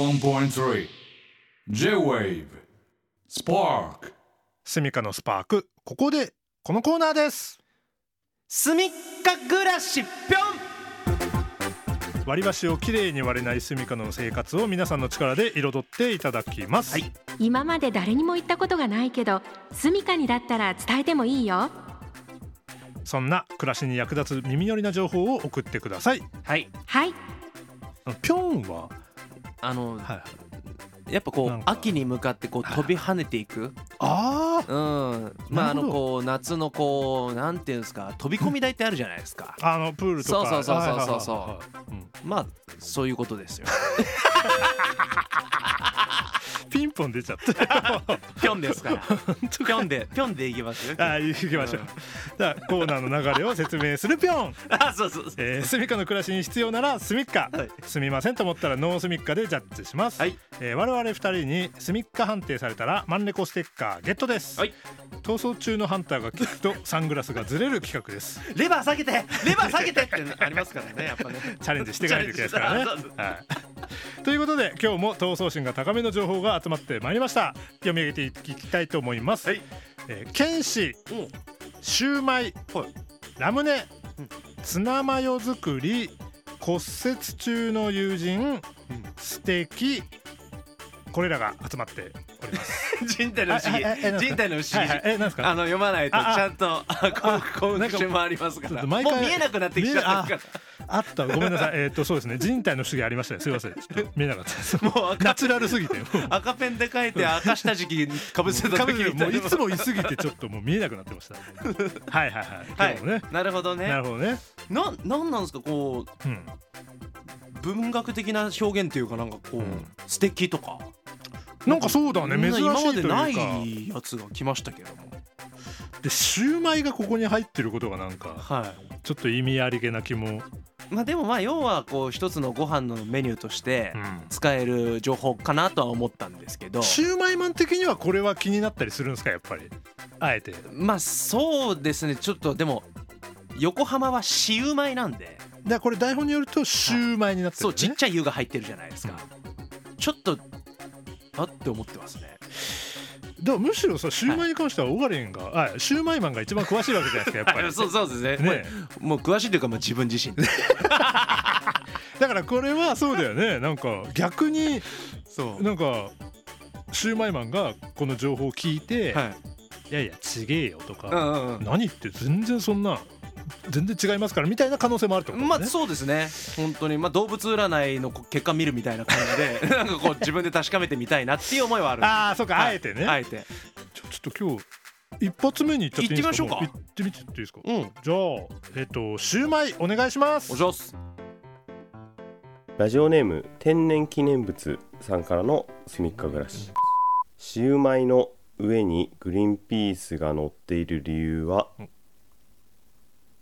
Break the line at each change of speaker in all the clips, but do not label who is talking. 81.3 J-Wave Spark
スミカのスパークここでこのコーナーです
すみっか暮らしぴ
割り箸をきれいに割れないスミカの生活を皆さんの力で彩っていただきます、
はい
今まで誰にも言ったことがないけど住処にだったら伝えてもいいよ
そんな暮らしに役立つ耳寄りな情報を送ってください
ょんはい
はい
あのピョンは、
あの
はいはい、
やっぱこ
な
うん
か
秋に向かってこう飛び跳ねていく
あ
うんまああ
なるほど
のこう夏のこうなんていうんですか飛び込み台ってあるじゃない ですか
ああのプールとか
そうそうそうそうそう
はいはいはいはいうん
まあそういうことですよ
ピンポン出ちゃ った
ぴょんですから ぴょんでぴょんでいきますよ
あ行きましょう、じゃあコーナーの流れを説明するピョン
あそうそうそう
えー、スミカの暮らしに必要ならスミッカ、
はい
すみませんと思ったらノースミッカでジャッジします、
はい
えー我々二人にスミッカ判定されたらマンレコステッカーゲットです、
はい
逃走中のハンターが聞くとサングラスがずれる企画です
レバー下げてレバー下げてってありますからねやっぱね
チャレンジしていかないといけないですからね
チャレンジし
はい、ということで今日も闘争心が高めの情報が集まってまいりました読み上げていきたいと思います、
はい
えー、剣士
うん
シューマイ、ラムネ、
うん
ツナマヨ作り骨折中の友人、素敵これらが集まっております。
人体の不思
あああえなんす
議
か
人体の不
はい
思
はい
議
えなんです
あ
か。
の読まないとち
ああ
ゃんとあこう
なん
今
か
週もありますか
ちょっ
ら
と
もう
毎回
見えなくなってきちゃったから
あったごめんなさい。えっ、とそうですね人体の主義ありましたね。すいませんちょっと見えなかったです。
もう赤
ナチュラルすぎて。もう
赤ペンで書いて赤下敷きにかぶせた時
彼女
み
も
た
う
い
い
な
つもいすぎてちょっともう見えなくなってました。はいはいは。
はいい
今日もね。
なるほど
な
ね
るほどね。
ななんなんですかこう
うん。
文学的な表現というかなんかこう、
うん
素敵とか
なんかそうだね
み
珍
んな
しい
今ま
とい
で
うか
な。いやつが来ましたけども
でシューマイがここに入ってることがなんか
は
ちょっと意味ありげな気も。
いまあでもまあ要はこう一つのご飯のメニューとして
うん
使える情報かなとは思ったんですけど、
シューマイマン的にはこれは気になったりするんですかやっぱり。あえて。
まあそうですねちょっとでも横浜はシウマイなんで
だからこれ台本によるとシューマイになってる
そ
よ
う
ね、
ちっちゃい湯が入ってるじゃないですか、ちょっとあって思ってますね
だからむしろさシューマイに関してはオガレンが、あシューマイマンが一番詳しいわけじゃないですかやっぱり
そうそうですねも
ね
うもう詳しいというかまあ自分自身
だからこれはそうだよねなんか逆に
そう
なんかシューマイマンがこの情報を聞いて「
はい
い、やいやちげえよ」と
う
か
んうん
「何言って全然そんな全然違いますから」みたいな可能性もあるって
う
こと
んま
だ
あ
ね、
そうですね本当にまあ動物占いの結果見るみたいな感じで なんかこう自分で確かめてみたいなっていう思いはある
ああそうか、
はい
あえてね、
あえて
ちょちょっと今日一発目に行っちゃっていいですか
行ってみましょうか
も行ってみてっていいですか
うん
じゃあえっ、とシューマイお願いします
おじゃす
ラジオネーム天然記念物さんからのすみっか暮らしシウマイの上にグリーンピースが乗っている理由は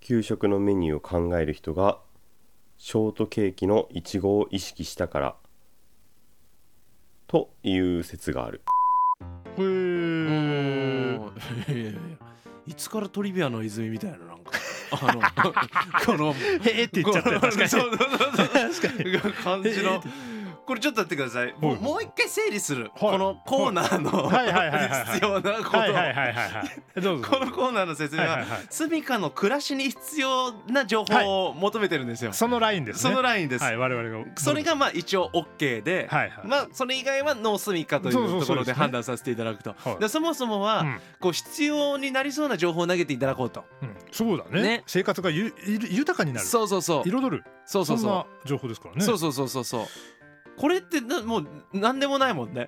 給食のメニューを考える人がショートケーキのイチゴを意識したからという説がある
へー
うーんいやいやいやいつからトリビアの泉みたいななんかあの この
へえって言っちゃったよ確かに
そうそうそうそう感じのこれちょっと待ってくださいも
は
う
い
もう一回整理する、
はい
このコーナーの、
はいはいはいはいはい
必要なことを、
はいはいはいはいはい。どうぞ。
このコーナーの説明
はい
は
はいはい
住処の暮らしに必要な情報を求めてるんですよ、
そのラインです
そ
ね。
のラインです、
はい我々が。
それがまあ一応 OK で、
はいはい
まあそれ以外はノースミカとい
そうそうそう
うところ
で
です
ね
判断させていただくと
はい
でそもそもは、
うん
こう必要になりそうな情報を投げていただこうと
うんそうだね
ね
生活がゆゆ豊かになる。
そうそうそう
彩る。
そうそ
そ
うんそ
な情報ですから
う
ね。
そうそうそうそうそうこれってなもう何でもないもんね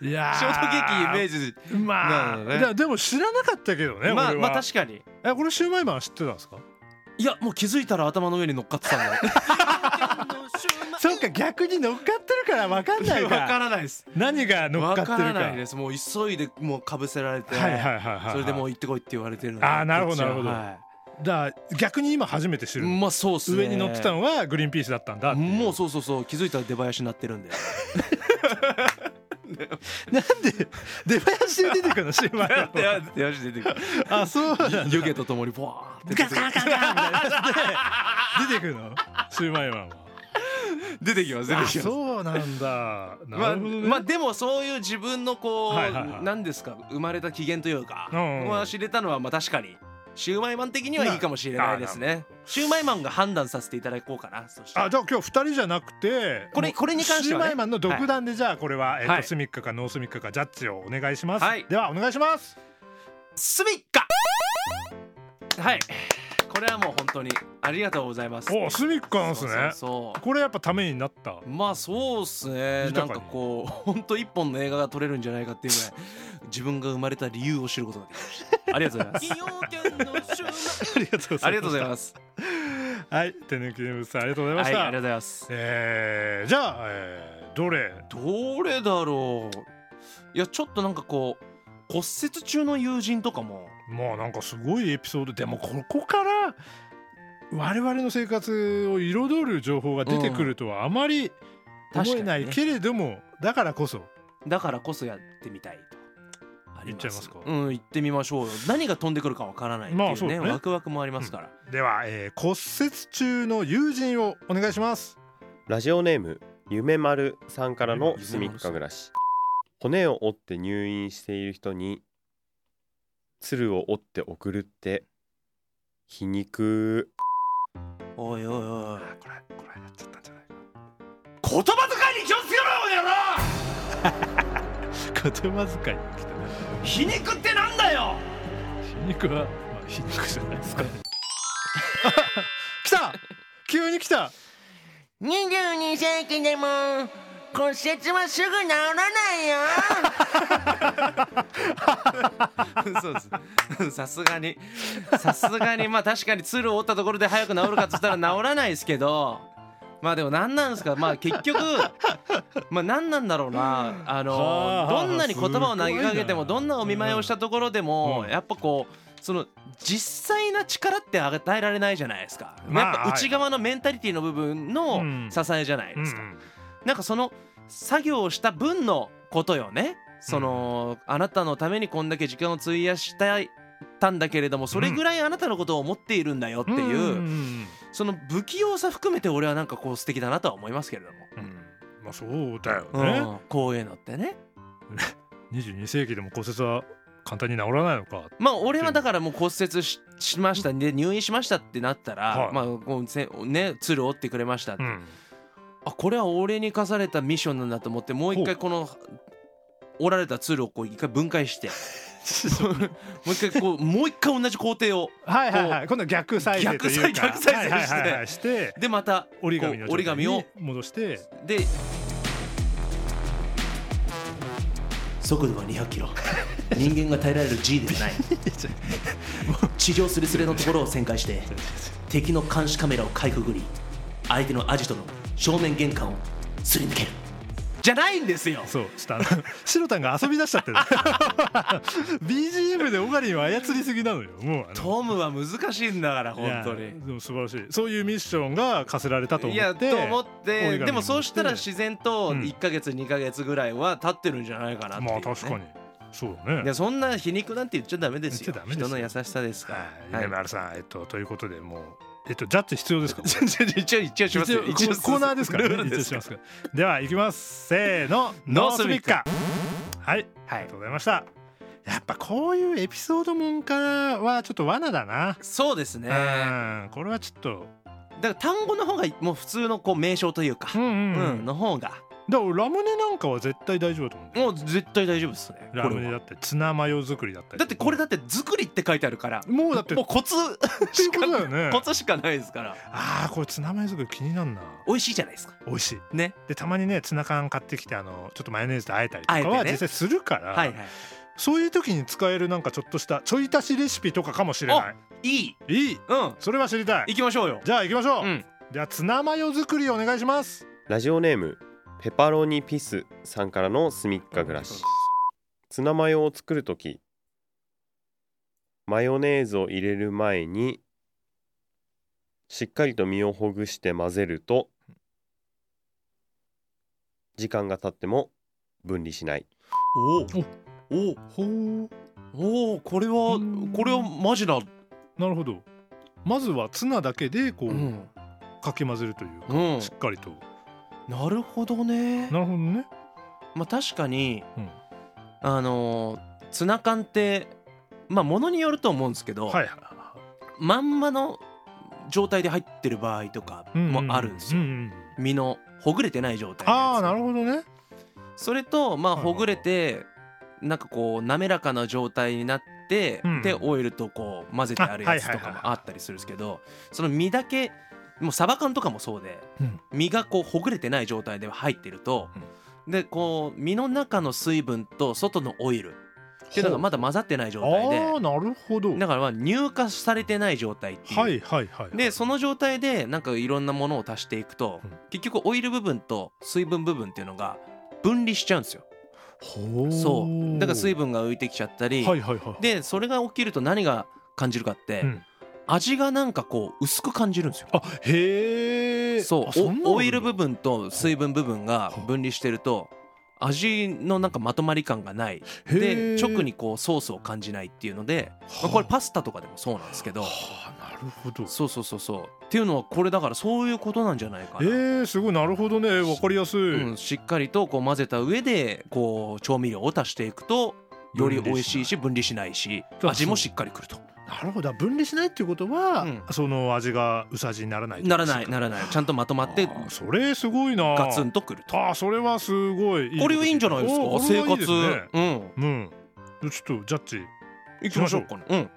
いやー。
ショートケーキイメージ
ジ。まあ
なのね
いやでも知らなかったけどね。
まあ
俺は
まあ確かに
えこれシューマイマン知ってたんですか。
いやもう気づいたら頭の上に乗っかって たんだ
そっか逆に乗っかってるからわかんない
わか
か。
らないです
何が乗っ
わ
かって
か。
るから
ないですもう急いでもうかぶせられて
はいはいはいはい。
それでもう行ってこいって言われてるの
あーなるほど
こっちは
なるほど
は
だから逆に今初めて知
い
る。
まあそうっすね
上に乗ってたのはグリーンピースだったんだってい。
もうそうそうそう気づいたら出囃子になってるんで
なんで出囃子 で出てくるのシューマイマ ンは。
出囃子出てくる
あそうなんだ。
湯気とともにボワーって
ガンガンガンガンみたいなやつで出てくるのシューマイマンは
出てきます出て
あ
きます
そうなんだ
ま
な
あ、
るほどね、
まあでもそういう自分のこう、
はいはいはい
なんですか生まれた機嫌というか、
うんうん
まあ、知れたのはまあ確かにシューマイマン的にはいいかもしれないですねシューマイマンが判断させていただこうかなそしたら
あじゃあ今日二人じゃなくて
これこれに関してはね
シューマイマンの独断でじゃあこれは、えっと
はい
スミッカかノースミッカかジャッジをお願いします、
はい
ではお願いします
スミッカはいこれはもう本当にありがとうございます
おスミッカなんすね
そうそうそう
これやっぱためになった
まあそうっすねな
豊
ん
かに
かこう本当一本の映画が撮れるんじゃないかっていうぐらい自分が生まれた理由を知ることができま したありがとうございます
ありがとうご
ありがとうございますす
はい天然記念物さんありがとうございま
はい
した、
ありがとうございます
えー、じゃあ、えー、どれ
どれだろういやちょっとなんかこう骨折中の友人とかも
まあなんかすごいエピソードでもここから我々の生活を彩る情報が出てくるとはあまり思えない
確か
けれども、だからこそ
だからこそやってみたいとあり
言っちゃいますか
うん行ってみましょうよ何が飛んでくるかわからないっていうね,、
まあそうだね
ワクワクもありますから、
では、えー骨折中の友人をお願いします
ラジオネーム夢丸さんからのすみっか暮らし骨を折って入院している人に鶴を折って送るって皮肉
おいおいおいお
こ
い
れこれやっちゃったんじゃない
言葉遣いに気をつけろよな
言葉遣いに来たね
皮肉ってなんだよ
皮肉は、まあ、皮肉じゃない ですか来た急に来た
22世紀でも骨折はすぐ治らないよ
そうです さすがにさすがにまあ確かに鶴を折ったところで早く治るかっつったら治らないですけどまあでも何なんですかまあ結局まあ何なんだろうなあ
はあ
のどんなに言葉を投げかけても
すご
ど
いなん
なお見舞いをしたところで
う
も
ん
やっぱこうその実際な力って与えられないじゃないですか
まあ
やっぱ内側のメンタリティの部分の
うん
支えじゃないですか
うん
なんかその作業をした分のことよねその、あなたのためにこんだけ時間を費やしたいたんだけれどもそれぐらいあなたのことを思っているんだよっていう、
うんうん
その不器用さ含めて俺はなんかこう素敵だなとは思いますけれども、
うんうんまあそうだよ
う
ね、
ん、こういうのってね
22世紀でも骨折は簡単に治らないのか
まあ俺はだからもう骨折ししましたんで入院しましたってなったら、
はい
まあこうせね鶴折ってくれましたって、
うん
あこれは俺に課されたミッションなんだと思ってもう一回この折られた鶴をこう一回分 解してもう一回こうもう一回同じ工程を
はいはいはい今度は逆再生というか
逆再逆
は
再生
いはいはいはいして
でまた
折り紙
こ
の
う折り紙を
状態に戻して
で速度は200キロ 人間が耐えられる G ではない地上すれすれのところを旋回して敵の監視カメラをかいくぐり相手のアジトの正面玄関をすり抜けるじゃないんですよ
そうちょっとあの白タンが遊び出しちゃってる BGM でオガリンを操りすぎなのよもうあの
トムは難しいんだから本当
いや
に
でも素晴らしいそういうミッションが課せられたと思
い
って
やと思ってでもそうしたら
し
自然と
うん
1ヶ月2ヶ月ぐらいは経ってるんじゃないかなっていう
まあ
ね
確かにそうだ
いや
ね
そんな皮肉なんて言っちゃダメです
言っちゃ
よ
ダメですよ
人の優しさですか
はい
らはい
夢丸さんえっとということでもうえっとジャッジ必要ですか
一応一応しますよ
一応ココーナーですから
ル
ね
ール
一
で
応
す
しますからでは行きますせーのノ
ノ
ー
ー
ス
ス
ミ
ミ
ッ
ッ
カ
カ
はいありがとうございましたやっぱこういうエピソードもんからはちょっと罠だな
そうですねだか
うんこれはちょっと
ら単語の方がもう普通のこう名称というか
うんうんう
うんん
だか
の方が
らラムネなんかは絶対大丈夫だと思うんだよ
もう絶対大丈夫ですねこ
ラム
れ
ネだ
は
ってツナマヨ作りだったり
だってこれだって作りって書いてあるから
もうだって
もうコツ
っていうことだよね
コツしかないですから
あーこれツナマヨ作り気になるな
美味しいじゃないですか
美味しい
ね
でたまにねツナ缶買ってきてあのちょっとマヨネーズとあえたりとか
あえ
は
てね
実際するから、
はいはい
そういう時に使えるなんかちょっとしたちょい足しレシピとかかもしれない
い
いいい
うん
それは知りたい
行きましょうよ
じゃあ行きましょう、
うん
じゃあツナマヨ作りお願いします
ラジオネームペパロニピスさんからのすみっか暮らしツナマヨを作るときマヨネーズを入れる前にしっかりと身をほぐして混ぜると時間が経っても分離しない
おお
ほう
おおこれは
うん
これはマジな
なるほどまずはツナだけでこう、
うん
かき混ぜるというか、
うん
しっかりと
なるほどね
なるほどね
まあ確かに、
うん
あのーツナ缶ってまあものによると思うんですけど、
はいはい
まんまの状態で入ってる場合とかもあるんですよ、
うううん
身のほぐれてない状態のやつ
ああなるほどね
それとまあ
はいはい
ほぐれてなんかこう滑らかな状態になって、
うん
でオイルとこう混ぜてあるやつ
あは
とか
いはいはいはい
もあったりするんですけどその身だけもうサバ缶とかもそうで、
うん
身がこうほぐれてない状態で入ってると、でこう身の中の水分と外のオイルっていうのがまだ混ざってない状
ああ
態で
ーなるほど
だからまあ乳化されてない状態っていう、
はいはいはい
でその状態でなんかいろんなものを足していくと、
うん
結局オイル部分と水分部分っていうのが分離しちゃうんですよ
ほう
そうだから水分が浮いてきちゃったり、
はいはいはい
でそれが起きると何が感じるかって、
うん
味がなんかこう薄く感じるんですよ
あへえ
そうおオイル部分と水分部分が
はあ
分離してると味のなんかまとまり感がない
へ
で
ー
直にこうソースを感じないっていうので、まあ
はあ
これパスタとかでもそうなんですけど
はあなるほど
そうそうそうそうっていうのはこれだからそういうことなんじゃないか
え
な、
ー、すごいなるほどねわかりやすい、
うん、しっかりとこう混ぜた上でこう調味料を足していくとより美味しいし分離しないし
そう
味もしっかりくると
なるほど分離しないっていうことは、
うん
その味が薄味にならない
ならないな
ら
らないちゃんとまとまって
それすごいな
ガツンとくると
あーそれはすごい
これはいいんじゃないですか
おーこれは
生
いいで
活
すね
うん
うんちょっとジャッジ
行きましょうかねうん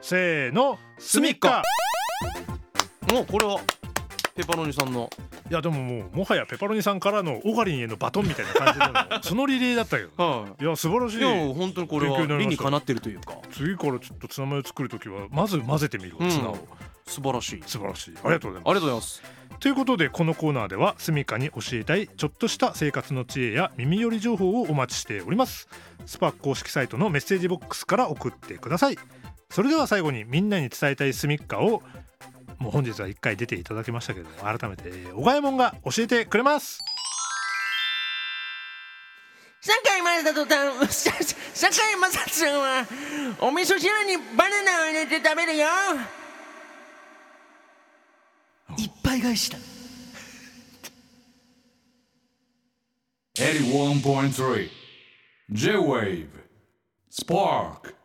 せーの
スミッカもうこれはペパロニさんの
いやでももうもはやペパロニさんからのオガリンへのバトンみたいな感じ でそのリレーだったけど
はい
や素晴らし
いや
い
本当にこれ
勉強にな
は
り
理
ま
に
した
かなってるというか
次からちょっとツナマヨ作るときはまず混ぜてみる
うん
ツナを、
素晴らしい
素晴らしいありがとうござい
あ
ま
りがとうございます
すということでこのコーナーではスミカに教えたいちょっとした生活の知恵や耳寄り情報をお待ちしておりますスパ公式サイトのメッセージボックスから送ってくださいそれでは最後にみんなに伝えたいスミッカをもう本日は1回出ていただきましたけども改めてえー小川右衛門が教えてくれます
堺雅人さん 堺雅人さんはお味噌汁にバナナを入れて食べるよ
いっぱい返した
81.3 J-Wave Spark